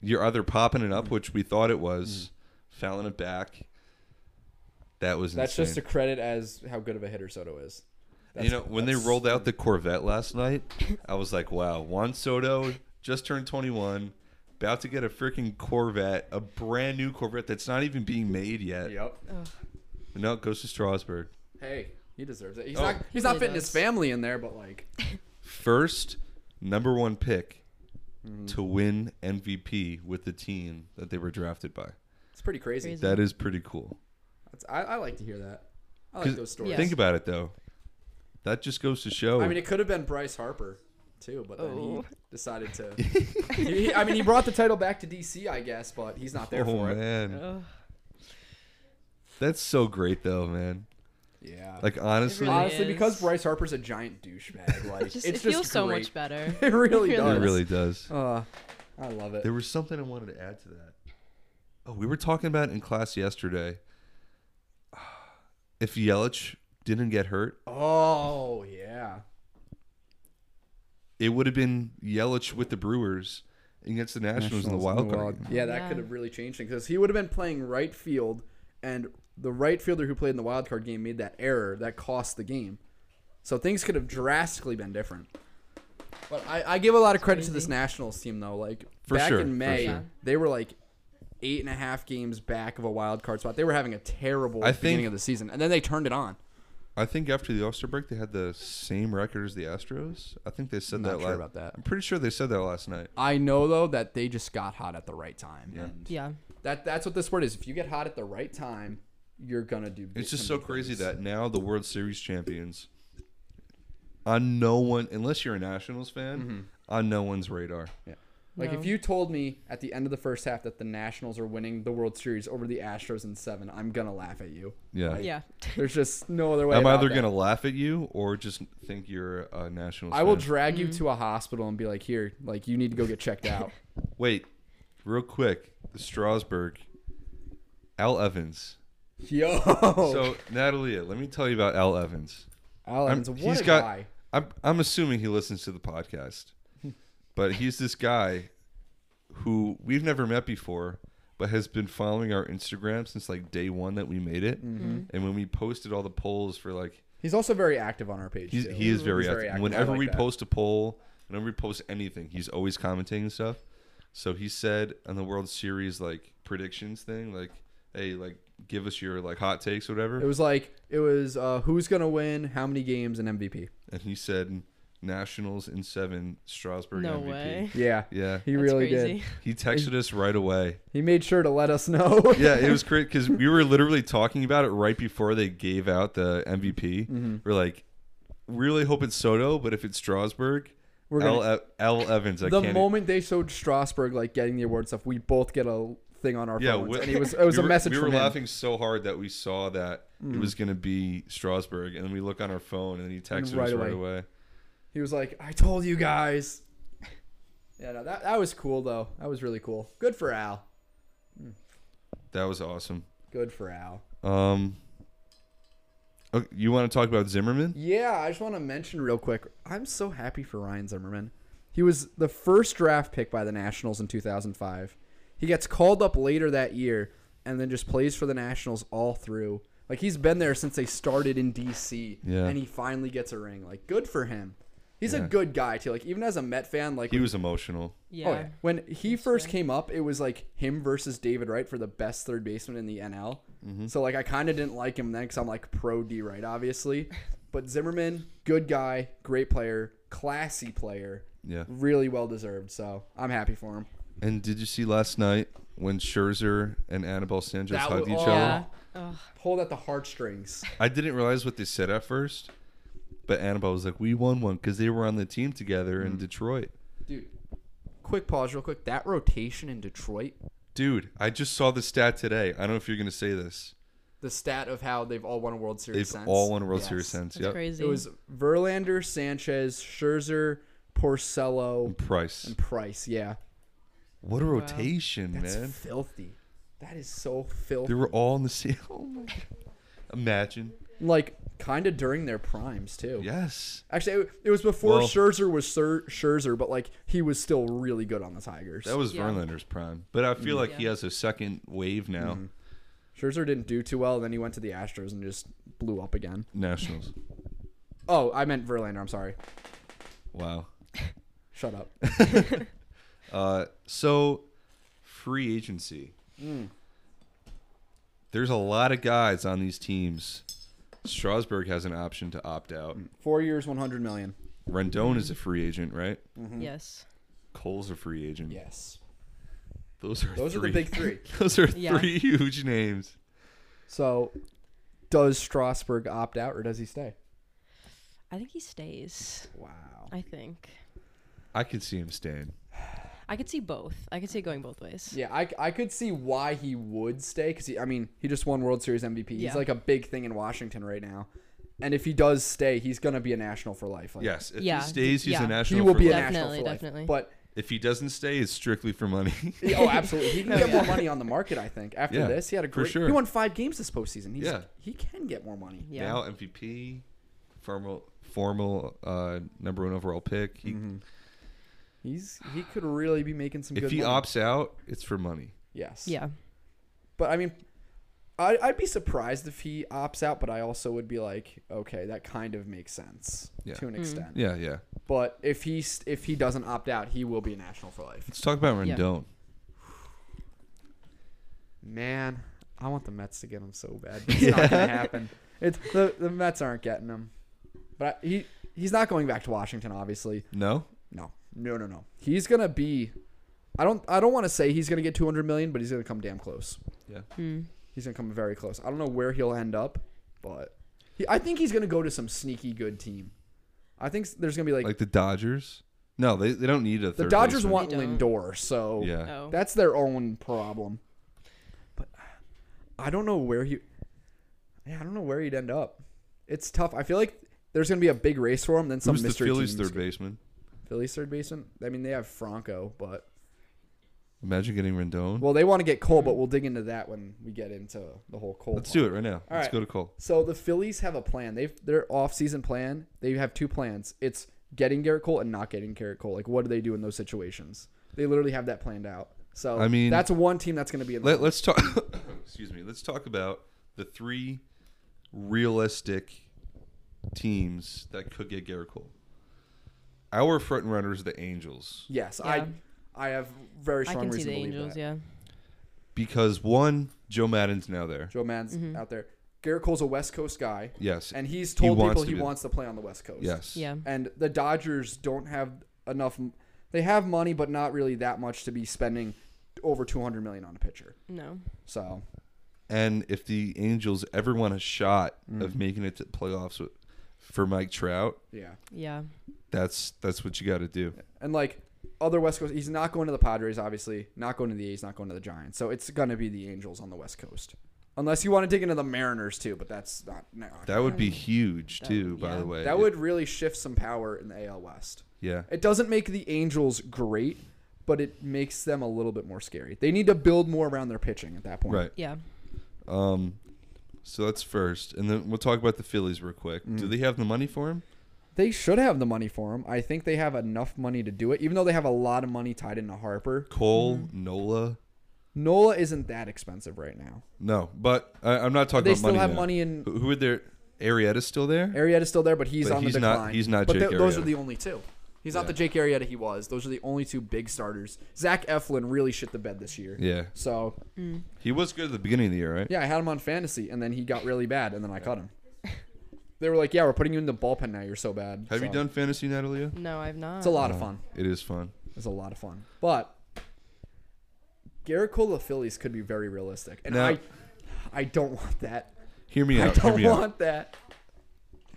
Speaker 2: You're either popping it
Speaker 1: Mm-hmm.
Speaker 2: up, which we thought it was, fouling it back. That was
Speaker 1: That's
Speaker 2: insane.
Speaker 1: just a credit as how good of a hitter Soto is.
Speaker 2: you know, when they
Speaker 1: that's-
Speaker 2: rolled out the Corvette last night, I was like, wow, Juan Soto just turned 21, about to get a freaking Corvette, a brand new Corvette that's not even being made yet.
Speaker 1: Yep.
Speaker 2: No, it goes to Strasbourg.
Speaker 1: Hey, he deserves it. He's
Speaker 2: Oh.
Speaker 1: not
Speaker 2: He
Speaker 1: he's not
Speaker 4: really
Speaker 1: fitting his
Speaker 4: does.
Speaker 1: family in there, but like
Speaker 2: First, number one pick
Speaker 1: Mm.
Speaker 2: to win MVP with the team that they were drafted by.
Speaker 1: it's pretty crazy.
Speaker 4: Crazy.
Speaker 2: That is pretty cool.
Speaker 1: That's, I, I like to hear that. I
Speaker 2: 'Cause
Speaker 1: like those stories.
Speaker 4: Yeah.
Speaker 2: Think about it, though. That just goes to show.
Speaker 1: I mean, it could have been Bryce Harper too, but then he
Speaker 4: Oh.
Speaker 1: decided to. he, he- I mean, he brought the title back to DC, I guess, but he's not there
Speaker 2: oh,
Speaker 1: for it.
Speaker 2: man.
Speaker 4: Ugh.
Speaker 2: That's so great, though, man.
Speaker 1: Yeah.
Speaker 2: Like, honestly,
Speaker 4: really
Speaker 1: honestly,
Speaker 4: is.
Speaker 1: because Bryce Harper's a giant douchebag, like
Speaker 4: Just,
Speaker 1: it's
Speaker 4: it feels
Speaker 1: just
Speaker 4: so
Speaker 1: great.
Speaker 4: much better.
Speaker 1: It really
Speaker 4: It
Speaker 1: does.
Speaker 2: it really does.
Speaker 1: Uh, I love it.
Speaker 2: There was something I wanted to add to that. Oh, we were talking about it in class yesterday. If Yelich didn't get hurt,
Speaker 1: Oh yeah.
Speaker 2: it would have been Yelich with the Brewers against the Nationals, in the wild card. game.
Speaker 1: Yeah, that
Speaker 4: Yeah.
Speaker 1: could have really changed things because he would have been playing right field, and the right fielder who played in the wild card game made that error that cost the game. So things could have drastically been different. But I, I give a lot of credit to this
Speaker 4: crazy.
Speaker 1: Nationals team though. Like
Speaker 2: For
Speaker 1: back
Speaker 2: sure, for
Speaker 1: in May,
Speaker 2: sure.
Speaker 1: they were like eight and a half games back of a wild card spot. They were having a terrible
Speaker 2: I
Speaker 1: beginning
Speaker 2: think-
Speaker 1: of the season, and then they turned it on.
Speaker 2: I think after the All-Star break, they had the same record as the Astros. I think they said
Speaker 1: Not
Speaker 2: that.
Speaker 1: sure
Speaker 2: la-
Speaker 1: about that.
Speaker 2: I'm pretty sure they said that last night.
Speaker 1: I know though that they just got hot at the right time.
Speaker 2: Yeah.
Speaker 1: and
Speaker 4: Yeah.
Speaker 1: That that's what this word is. If you get hot at the right time, you're gonna do.
Speaker 2: It's just so
Speaker 1: some
Speaker 2: crazy
Speaker 1: things.
Speaker 2: that now the World Series champions on no one, unless you're a Nationals fan,
Speaker 1: Mm-hmm.
Speaker 2: on no one's radar.
Speaker 1: Yeah. Like
Speaker 4: No.
Speaker 1: if you told me at the end of the first half that the Nationals are winning the World Series over the Astros in seven, I'm gonna laugh at you.
Speaker 2: Yeah.
Speaker 4: Yeah.
Speaker 1: There's just no other way.
Speaker 2: I'm
Speaker 1: about
Speaker 2: either
Speaker 1: that.
Speaker 2: gonna laugh at you or just think you're a Nationals.
Speaker 1: I will
Speaker 2: fan.
Speaker 1: drag you to a hospital and be like, "Here, like you need to go get checked out."
Speaker 2: Wait, real quick. The Strasburg, Al Evans.
Speaker 1: Yo.
Speaker 2: So Natalia, let me tell you about Al Evans.
Speaker 1: Al
Speaker 2: I'm-
Speaker 1: Evans, what
Speaker 2: he's
Speaker 1: a
Speaker 2: got-
Speaker 1: guy.
Speaker 2: I'm I'm assuming he listens to the podcast, but he's this guy who we've never met before, but has been following our Instagram since like day one that we made it,
Speaker 1: Mm-hmm.
Speaker 4: Mm-hmm.
Speaker 2: and when we posted all the polls for like
Speaker 1: He's also very active on our page.
Speaker 2: He's,
Speaker 1: too.
Speaker 2: he is very active.
Speaker 1: I
Speaker 2: Whenever
Speaker 1: like
Speaker 2: we
Speaker 1: that.
Speaker 2: post a poll, whenever we post anything, he's always commenting and stuff. So he said on the World Series like predictions thing, like, "Hey, like, give us your like hot takes, or whatever."
Speaker 1: it was like it was uh, who's gonna win, how many games, and MVP.
Speaker 2: and he said Nationals in seven, Strasburg
Speaker 4: No
Speaker 2: MVP.
Speaker 4: way.
Speaker 1: Yeah,
Speaker 2: Yeah,
Speaker 1: he
Speaker 4: That's
Speaker 1: really
Speaker 4: crazy.
Speaker 1: did.
Speaker 2: he texted us right away.
Speaker 1: He made sure to let us know.
Speaker 2: Yeah, it was great because we were literally talking about it right before they gave out the MVP.
Speaker 1: Mm-hmm.
Speaker 2: We're like, really hope it's Soto, but if it's Strasburg,
Speaker 1: We're
Speaker 2: Al,
Speaker 1: gonna-
Speaker 2: E- Al Evans, I
Speaker 1: the
Speaker 2: can't.
Speaker 1: moment they showed Strasburg like getting the award stuff, we both get a thing on our
Speaker 2: Yeah,
Speaker 1: phones,
Speaker 2: we-
Speaker 1: and it was it was
Speaker 2: we
Speaker 1: a
Speaker 2: were-
Speaker 1: message
Speaker 2: We were
Speaker 1: from him. Mm.
Speaker 2: laughing so hard that we saw that it was going to be Strasburg, and then we look on our phone, and then he texted
Speaker 1: right
Speaker 2: us
Speaker 1: away.
Speaker 2: right away.
Speaker 1: He was like, "I told you guys." Yeah, no, that that was cool though. That was really cool. Good for Al.
Speaker 2: That was awesome.
Speaker 1: Good for Al.
Speaker 2: Um, okay, you want to talk about Zimmerman?
Speaker 1: Yeah, I just want to mention real quick. I'm so happy for Ryan Zimmerman. He was the first draft pick by the Nationals in 2005. He gets called up later that year and then just plays for the Nationals all through. Like he's been there since they started in DC
Speaker 2: Yeah.
Speaker 1: and he finally gets a ring. Like good for him. He's a
Speaker 2: Yeah.
Speaker 1: good guy too. Like even as a Met fan, like
Speaker 2: He was emotional.
Speaker 4: Yeah.
Speaker 1: Oh, yeah. When he first came up, it was like him versus David Wright for the best third baseman in the NL.
Speaker 2: Mm-hmm.
Speaker 1: So like I kind of didn't like him then because I'm like pro D Wright obviously, but Zimmerman, good guy, great player, classy player,
Speaker 2: Yeah.
Speaker 1: really well deserved. So I'm happy for him.
Speaker 2: And did you see last night when Scherzer and Annabelle Sanchez
Speaker 1: That
Speaker 2: hugged
Speaker 1: wa-
Speaker 2: each
Speaker 1: oh.
Speaker 2: other?
Speaker 4: Yeah. Ugh.
Speaker 1: Pulled at the heartstrings.
Speaker 2: I didn't realize what they said at first, but Annabelle was like, "We won one" because they were on the team together
Speaker 1: Mm.
Speaker 2: in Detroit.
Speaker 1: Dude, quick pause real quick. That rotation in Detroit,
Speaker 2: Dude, I just saw the stat today. I don't know if you're going to say this.
Speaker 1: the stat of how they've all won a World Series
Speaker 2: They've
Speaker 1: since.
Speaker 2: all won a World
Speaker 1: Yes.
Speaker 2: Series since.
Speaker 4: That's
Speaker 2: Yep.
Speaker 4: crazy.
Speaker 1: It was Verlander, Sanchez, Scherzer, Porcello,
Speaker 2: And Price.
Speaker 1: and Price. Yeah,
Speaker 2: What a rotation,
Speaker 1: that's
Speaker 2: man.
Speaker 1: filthy. That is so filthy.
Speaker 2: They were all in the same. Oh my God. Imagine.
Speaker 1: like kind of during their primes too.
Speaker 2: Yes.
Speaker 1: Actually, it- it was before
Speaker 2: Well-
Speaker 1: Scherzer was Sir, Scherzer, but like he was still really good on the Tigers.
Speaker 2: That was
Speaker 4: Yeah. Mm-hmm.
Speaker 2: Verlander's prime. But I feel like he
Speaker 4: Yeah.
Speaker 2: has
Speaker 4: Mm-hmm.
Speaker 2: a second wave now.
Speaker 1: Scherzer didn't do too well, then he went to the Astros and just blew up again.
Speaker 2: Nationals.
Speaker 1: Oh, I meant Verlander. I'm sorry.
Speaker 2: Wow.
Speaker 1: Shut up.
Speaker 2: Uh, so, free agency.
Speaker 1: Hmm.
Speaker 2: There's a lot of guys on these teams. Strasburg has an option to opt out.
Speaker 1: Four years, 100 million.
Speaker 2: Rendon is a free agent, right?
Speaker 1: mm-hmm.
Speaker 4: Yes.
Speaker 2: Cole's a free agent.
Speaker 1: Yes.
Speaker 2: Those are
Speaker 1: Those are
Speaker 2: three-
Speaker 1: the big three.
Speaker 2: Those are
Speaker 4: Yeah.
Speaker 2: three huge names.
Speaker 1: So, does Strasburg opt out or does he stay?
Speaker 4: I think he stays.
Speaker 1: Wow.
Speaker 4: I think.
Speaker 2: I could see him staying.
Speaker 4: I could see both. I could see it going both ways.
Speaker 1: Yeah, I, I could see why he would stay because I mean he just won World Series MVP. He's
Speaker 4: Yeah.
Speaker 1: like a big thing in Washington right now, and if he does stay, he's gonna be a national for life. Like,
Speaker 2: Yes, if
Speaker 4: Yeah,
Speaker 2: he stays, he's
Speaker 4: yeah.
Speaker 2: a national.
Speaker 1: he will
Speaker 2: for
Speaker 1: be a
Speaker 2: life.
Speaker 1: national
Speaker 4: Definitely,
Speaker 1: for life.
Speaker 4: definitely.
Speaker 1: But
Speaker 2: If he doesn't stay, it's strictly for money.
Speaker 1: oh, absolutely, he can
Speaker 4: No,
Speaker 1: get more
Speaker 4: yeah.
Speaker 1: money on the market. I think after
Speaker 2: Yeah,
Speaker 1: this, he had a
Speaker 2: for
Speaker 1: great.
Speaker 2: sure.
Speaker 1: He won five games this postseason. He's,
Speaker 2: Yeah.
Speaker 1: he can get more money.
Speaker 4: Yeah.
Speaker 2: Now MVP, formal formal uh, number one overall pick. He,
Speaker 1: He's he could really be making some.
Speaker 2: If
Speaker 1: Mm-hmm. good
Speaker 2: he
Speaker 1: money.
Speaker 2: opts out, it's for money.
Speaker 1: yes,
Speaker 4: Yeah.
Speaker 1: But I mean, I, I'd be surprised if he opts out, but I also would be like, okay, that kind of makes sense
Speaker 2: Yeah.
Speaker 1: to an
Speaker 4: Hmm.
Speaker 1: extent.
Speaker 2: Yeah, yeah.
Speaker 1: But if he st- if he doesn't opt out, he will be a national for life.
Speaker 2: Let's talk about
Speaker 4: Yeah.
Speaker 2: Rendon.
Speaker 1: Man, I want the Mets to get him so bad. but It's not gonna happen. It's the the Mets aren't getting him. But I, he he's not going back to Washington, obviously.
Speaker 2: No,
Speaker 1: No, no, no, no. He's gonna be. I don't. I don't want to say he's gonna get 200 million, but he's gonna come damn close.
Speaker 2: Yeah.
Speaker 1: He's gonna come very close. I don't know where he'll end up, but he, I think he's gonna go to some sneaky good team. I think s- there's gonna be like,
Speaker 2: like the Dodgers. No, they, they don't need a.
Speaker 1: the
Speaker 2: third
Speaker 1: Dodgers
Speaker 2: baseman.
Speaker 1: want
Speaker 4: They don't.
Speaker 1: Lindor, so
Speaker 2: Yeah.
Speaker 4: Oh.
Speaker 1: that's their own problem. But I don't know where he. Yeah, I don't know where he'd end up. It's tough. I feel like there's gonna be a big race for him. Then some
Speaker 2: Who's the
Speaker 1: mystery
Speaker 2: Phillies'
Speaker 1: teams
Speaker 2: third
Speaker 1: could-
Speaker 2: baseman?
Speaker 1: Phillies third baseman. I mean, they have Franco, but
Speaker 2: Imagine getting Rendon.
Speaker 1: Well, they want to get Cole, but we'll dig into that when we get into the whole Cole.
Speaker 2: Let's do it right now. Let's
Speaker 1: right.
Speaker 2: go to Cole.
Speaker 1: So the Phillies have a plan. They've their off-season plan. They have two plans. It's getting Garrett Cole and not getting Garrett Cole. Like, what do they do in those situations? They literally have that planned out. So
Speaker 2: I mean-
Speaker 1: that's one team that's going to be in. The
Speaker 2: Let, let's talk. excuse me. Let's talk about the three realistic teams that could get Garrett Cole. Our front runner is the Angels
Speaker 1: yes,
Speaker 4: Yeah.
Speaker 1: I I have very
Speaker 4: I
Speaker 1: strong
Speaker 4: can see
Speaker 1: reason
Speaker 4: the
Speaker 1: to believe
Speaker 4: Angels,
Speaker 1: that.
Speaker 4: yeah.
Speaker 2: because one, Joe Madden's now there.
Speaker 1: Joe Madden's
Speaker 4: Mm-hmm.
Speaker 1: out there. Garrett Cole's a West Coast guy,
Speaker 2: Yes,
Speaker 1: and he's
Speaker 2: He
Speaker 1: told
Speaker 2: wants
Speaker 1: people
Speaker 2: to
Speaker 1: he
Speaker 2: be-
Speaker 1: wants to play on the West Coast.
Speaker 2: yes,
Speaker 4: Yeah.
Speaker 1: and the Dodgers don't have enough. They have money, but not really that much to be spending over two hundred million on a pitcher.
Speaker 4: No.
Speaker 1: So
Speaker 2: And if the Angels ever want a shot of
Speaker 1: Mm.
Speaker 2: making it to playoffs with, for Mike Trout,
Speaker 1: yeah,
Speaker 4: Yeah.
Speaker 2: that's that's what you got to do.
Speaker 1: and like other West Coast, he's not going to the Padres, obviously. Not going to the A's, not going to the Giants. So it's gonna be the Angels on the West Coast, unless you want to dig into the Mariners too. But that's not. No,
Speaker 2: That would be huge too. By
Speaker 4: yeah.
Speaker 2: the way,
Speaker 1: that would really shift some power in the AL West.
Speaker 2: yeah.
Speaker 1: It doesn't make the Angels great, but it makes them a little bit more scary. They need to build more around their pitching at that point.
Speaker 2: Right.
Speaker 4: Yeah.
Speaker 2: Um, so that's first, and then we'll talk about the Phillies real quick.
Speaker 1: Mm.
Speaker 2: Do they have the money for him?
Speaker 1: They should have the money for him. I think they have enough money to do it, even though they have a lot of money tied into Harper.
Speaker 2: Cole,
Speaker 1: Mm.
Speaker 2: Nola,
Speaker 1: Nola isn't that expensive right now.
Speaker 2: no, but I, I'm not talking
Speaker 1: They
Speaker 2: about
Speaker 1: still
Speaker 2: money.
Speaker 1: have
Speaker 2: now.
Speaker 1: money in-
Speaker 2: who, who are there? Arietta's still there.
Speaker 1: Arietta's still there, but he's
Speaker 2: But
Speaker 1: on
Speaker 2: he's
Speaker 1: the
Speaker 2: not-
Speaker 1: decline.
Speaker 2: he's not
Speaker 1: But
Speaker 2: Jake
Speaker 1: th- those are
Speaker 2: Arrieta.
Speaker 1: the only two. He's
Speaker 2: Yeah.
Speaker 1: not the Jake Arrieta he was. Those are the only two big starters. Zach Eflin really shit the bed this year.
Speaker 2: yeah,
Speaker 1: So
Speaker 2: he was good at the beginning of the year, right?
Speaker 1: yeah, I had him on fantasy, and then he got really bad, and then I cut him. They were like, "Yeah, we're putting you in the bullpen now. You're so bad."
Speaker 2: Have you
Speaker 1: So,
Speaker 2: done fantasy, Natalia?
Speaker 4: No, I've not.
Speaker 1: It's a lot of fun.
Speaker 2: It is fun.
Speaker 1: It's a lot of fun. But Garrett Cole the Phillies could be very realistic, and
Speaker 2: Now-
Speaker 1: I, I don't want that.
Speaker 2: Hear me
Speaker 1: I
Speaker 2: out. Hear
Speaker 1: don't
Speaker 2: me out.
Speaker 1: want that.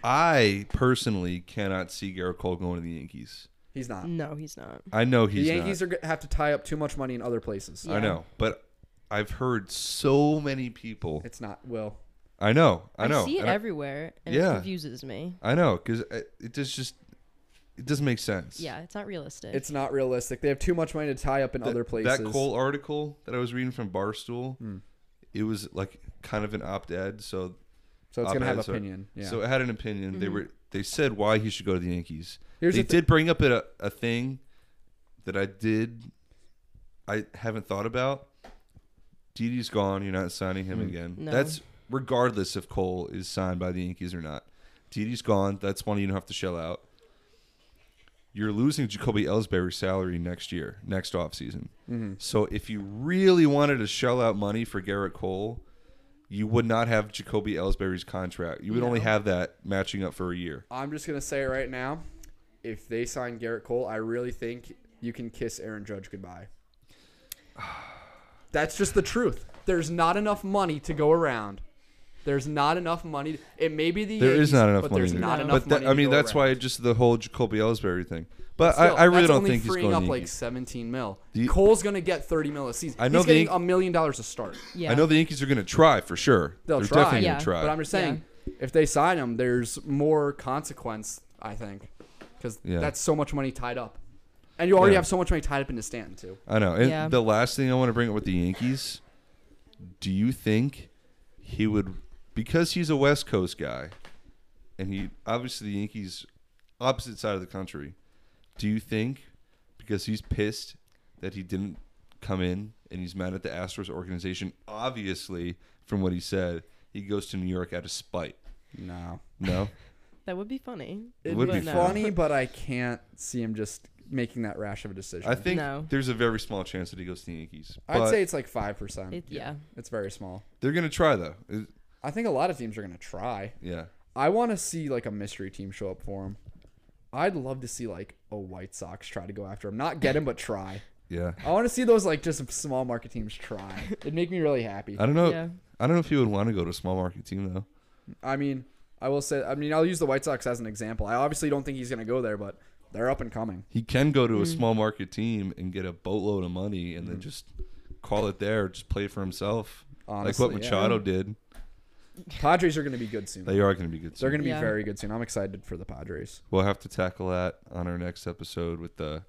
Speaker 2: I personally cannot see Garrett Cole going to the Yankees.
Speaker 1: He's not.
Speaker 4: No, he's not.
Speaker 2: I know
Speaker 1: the
Speaker 2: he's
Speaker 1: Yankees
Speaker 2: not.
Speaker 1: are going to have to tie up too much money in other places.
Speaker 4: Yeah.
Speaker 2: I know, but I've heard so many people
Speaker 1: It's not Will.
Speaker 2: I know. I know.
Speaker 4: see it
Speaker 2: and I-
Speaker 4: everywhere, and
Speaker 2: Yeah.
Speaker 4: it confuses me.
Speaker 2: I know because it just just it doesn't make sense.
Speaker 4: Yeah, it's not realistic.
Speaker 1: It's not realistic. They have too much money to tie up in
Speaker 2: That-
Speaker 1: other places. Hmm.
Speaker 2: That Cole article that I was reading from Barstool, it was like kind of an opt-ed. So
Speaker 1: so it's gonna have
Speaker 2: op-ed, so-
Speaker 1: opinion. Yeah.
Speaker 2: uh, So it had an opinion. They were they said why he should go to the Yankees.
Speaker 1: Here's
Speaker 2: they
Speaker 1: the thi-
Speaker 2: did bring up a, a thing that I did I haven't thought about. Didi's gone. You're not signing him again.
Speaker 4: No.
Speaker 2: That's regardless if Cole is signed by the Yankees or not. Didi's gone. That's one you don't have to shell out. You're losing Jacoby Ellsbury's salary next year, next offseason. So if you really wanted to shell out money for Garrett Cole, you would not have Jacoby Ellsbury's contract. You would only
Speaker 4: No.
Speaker 2: have that matching up for a year.
Speaker 1: I'm just gonna say it right now, if they sign Garrett Cole, I really think you can kiss Aaron Judge goodbye. That's just the truth. There's not enough money to go around. There's not enough money. It may be the
Speaker 2: There
Speaker 1: Yankees,
Speaker 2: is not enough
Speaker 1: but
Speaker 2: money.
Speaker 1: There's
Speaker 2: there.
Speaker 1: not
Speaker 4: No.
Speaker 1: enough
Speaker 2: but that-
Speaker 1: money.
Speaker 2: I mean,
Speaker 1: to go
Speaker 2: that's
Speaker 1: around.
Speaker 2: why just the whole Jacoby Ellsbury thing. But
Speaker 1: Still,
Speaker 2: I, I really
Speaker 1: that's
Speaker 2: don't
Speaker 1: only
Speaker 2: think he's
Speaker 1: freeing
Speaker 2: going.
Speaker 1: up
Speaker 2: to
Speaker 1: like
Speaker 2: Yankees.
Speaker 1: 17 mil.
Speaker 2: Do you-
Speaker 1: Cole's gonna get 30 mil a season.
Speaker 2: I know
Speaker 1: He's
Speaker 2: the
Speaker 1: getting
Speaker 2: Yan-
Speaker 1: a million dollars to start.
Speaker 4: yeah.
Speaker 2: I know the Yankees are going to try for sure.
Speaker 1: They'll
Speaker 2: are
Speaker 1: try.
Speaker 2: definitely
Speaker 4: Yeah.
Speaker 2: going to try.
Speaker 1: But I'm just saying, if they sign him, there's more consequence, I think, because
Speaker 2: Yeah.
Speaker 1: that's so much money tied up, and you already
Speaker 2: Yeah.
Speaker 1: have so much money tied up into Stanton too.
Speaker 2: I know. And
Speaker 4: Yeah.
Speaker 2: the last thing I want to bring up with the Yankees, do you think he would because he's a West Coast guy and he obviously the Yankees opposite side of the country. Do you think because he's pissed that he didn't come in and he's mad at the Astros organization obviously from what he said, he goes to New York out of spite.
Speaker 1: No,
Speaker 2: No.
Speaker 4: that would be funny.
Speaker 1: it'd
Speaker 2: would
Speaker 1: be
Speaker 2: be
Speaker 1: funny, but I can't see him just making that rash of a decision.
Speaker 2: I think
Speaker 4: No.
Speaker 2: there's a very small chance that he goes to the Yankees.
Speaker 1: I'd
Speaker 2: But
Speaker 1: say it's like five percent.
Speaker 4: It- yeah.
Speaker 1: it's very small.
Speaker 2: they're going to try though. It-
Speaker 1: I think a lot of teams are gonna try.
Speaker 2: yeah.
Speaker 1: I want to see like a mystery team show up for him. I'd love to see like a White Sox try to go after him, not get him, but try.
Speaker 2: Yeah.
Speaker 1: I want to see those like just small market teams try. It'd make me really happy.
Speaker 2: I don't know.
Speaker 4: Yeah.
Speaker 2: I don't know if he would want to go to a small market team though.
Speaker 1: I mean, I will say, I mean, I'll use the White Sox as an example. I obviously don't think he's going to go there, but they're up and coming.
Speaker 2: He can go to a small market team and get a boatload of money and
Speaker 1: Mm.
Speaker 2: then just call it there, just play for himself, like
Speaker 1: Honestly,
Speaker 2: what
Speaker 1: yeah.
Speaker 2: Machado did.
Speaker 1: Padres are going to be good soon.
Speaker 2: They are going to be good.
Speaker 1: They're
Speaker 2: Soon.
Speaker 1: going to be
Speaker 4: Yeah.
Speaker 1: very good soon. I'm excited for the Padres.
Speaker 2: We'll have to tackle that on our next episode with the.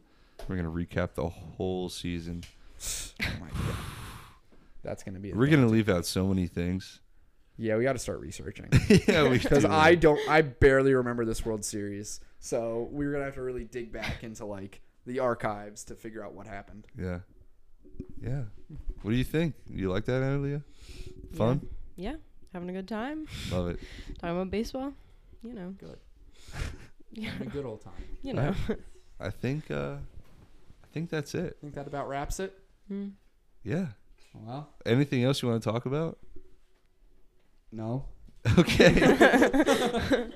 Speaker 2: We're going to recap the whole season.
Speaker 1: Oh my God. That's going to be. a
Speaker 2: We're
Speaker 1: thing.
Speaker 2: going to leave out so many things.
Speaker 1: Yeah, we got to start researching
Speaker 2: yeah, we
Speaker 1: because
Speaker 2: do.
Speaker 1: I don't. I barely remember this World Series, so we're going to have to really dig back into like the archives to figure out what happened.
Speaker 2: Yeah. Yeah. What do you think? You like that, Analia? Fun?
Speaker 4: Yeah, having a good time.
Speaker 2: Love it.
Speaker 4: Talking about baseball. You know.
Speaker 1: Good.
Speaker 4: Yeah,
Speaker 1: Having a good old time. I
Speaker 4: you
Speaker 2: All
Speaker 4: know.
Speaker 2: right. I think. uh I think that's it.
Speaker 1: think that about wraps it.
Speaker 4: Mm.
Speaker 2: Yeah.
Speaker 1: Well,
Speaker 2: Anything else you want to talk about?
Speaker 1: no.
Speaker 2: Okay.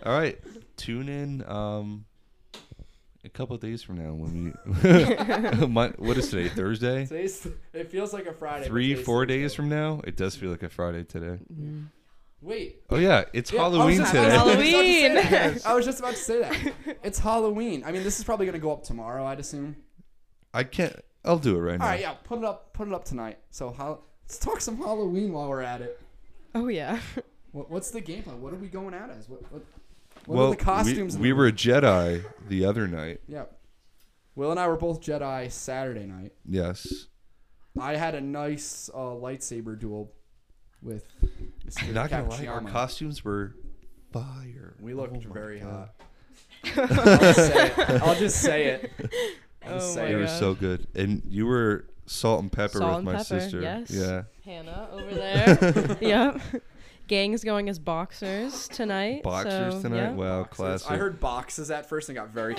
Speaker 2: All right. Tune in um a couple days from now when we my, what is today? Thursday?
Speaker 1: Today's. It feels like a Friday. but
Speaker 2: Three,
Speaker 1: today's
Speaker 2: four
Speaker 1: Thursday.
Speaker 2: days from now? It does feel like a Friday today.
Speaker 4: Mm.
Speaker 1: Wait.
Speaker 2: Oh yeah, it's
Speaker 1: Yeah, I was
Speaker 2: Halloween
Speaker 1: just-
Speaker 2: today.
Speaker 1: I was just about to say
Speaker 4: Halloween.
Speaker 1: that. I was just about to say that. It's Halloween. I mean, this is probably gonna go up tomorrow, I'd assume.
Speaker 2: I can't I'll do it right now.
Speaker 1: All right, yeah, put it up, put it up tonight. So how? Let's talk some Halloween while we're at it.
Speaker 4: Oh yeah.
Speaker 1: What, what's the game plan? What are we going out as? What? What, what
Speaker 2: well,
Speaker 1: are the costumes? in
Speaker 2: we, we
Speaker 1: the-
Speaker 2: were a Jedi the other night.
Speaker 1: Yeah. Will and I were both Jedi Saturday night.
Speaker 2: Yes.
Speaker 1: I had a nice uh, lightsaber duel with. Mr.
Speaker 2: Not gonna lie, our
Speaker 1: Kapchiyama.
Speaker 2: costumes were fire.
Speaker 1: We looked
Speaker 2: Oh my
Speaker 1: very
Speaker 2: God.
Speaker 1: hot. I'll, just say it. I'll just say it. I'll just
Speaker 4: Oh
Speaker 1: say
Speaker 4: my
Speaker 2: They
Speaker 1: it.
Speaker 2: were so good. And you were salt and pepper
Speaker 4: Salt
Speaker 2: with
Speaker 4: and
Speaker 2: my
Speaker 4: pepper,
Speaker 2: sister.
Speaker 4: yes.
Speaker 2: Yeah.
Speaker 4: Hannah over there. yep. Gang's going as boxers tonight.
Speaker 2: Boxers
Speaker 4: so,
Speaker 2: tonight.
Speaker 4: yeah.
Speaker 2: Wow,
Speaker 1: Boxes.
Speaker 2: classic.
Speaker 1: I heard boxes at first and got very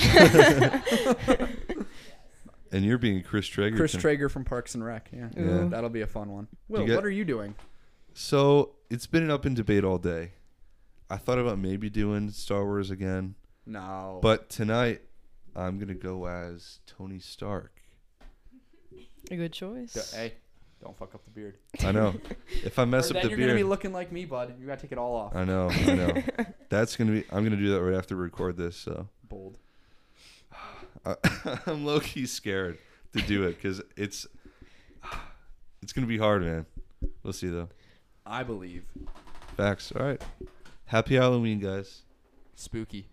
Speaker 2: and you're being Chris Traeger.
Speaker 1: Chris
Speaker 2: tonight.
Speaker 1: Traeger from Parks and Rec. Yeah.
Speaker 2: Yeah.
Speaker 1: that'll be a fun one. Will,
Speaker 2: get-
Speaker 1: what are you doing?
Speaker 2: So it's been an up in debate all day. I thought about maybe doing Star Wars again,
Speaker 1: No,
Speaker 2: but tonight I'm gonna go as Tony Stark.
Speaker 4: A good choice.
Speaker 1: D- hey, don't fuck up the beard.
Speaker 2: I know. if I mess
Speaker 1: Or
Speaker 2: up
Speaker 1: then
Speaker 2: the
Speaker 1: you're gonna be
Speaker 2: beard, Uh.
Speaker 1: looking like me, bud. You gotta take it all off.
Speaker 2: I know. I know. That's gonna be. I'm gonna do that right after we record this. So
Speaker 1: Bold.
Speaker 2: I, I'm low key scared to do it because it's it's gonna be hard, man. We'll see though.
Speaker 1: I believe.
Speaker 2: Facts. All right. Happy Halloween, guys.
Speaker 1: Spooky.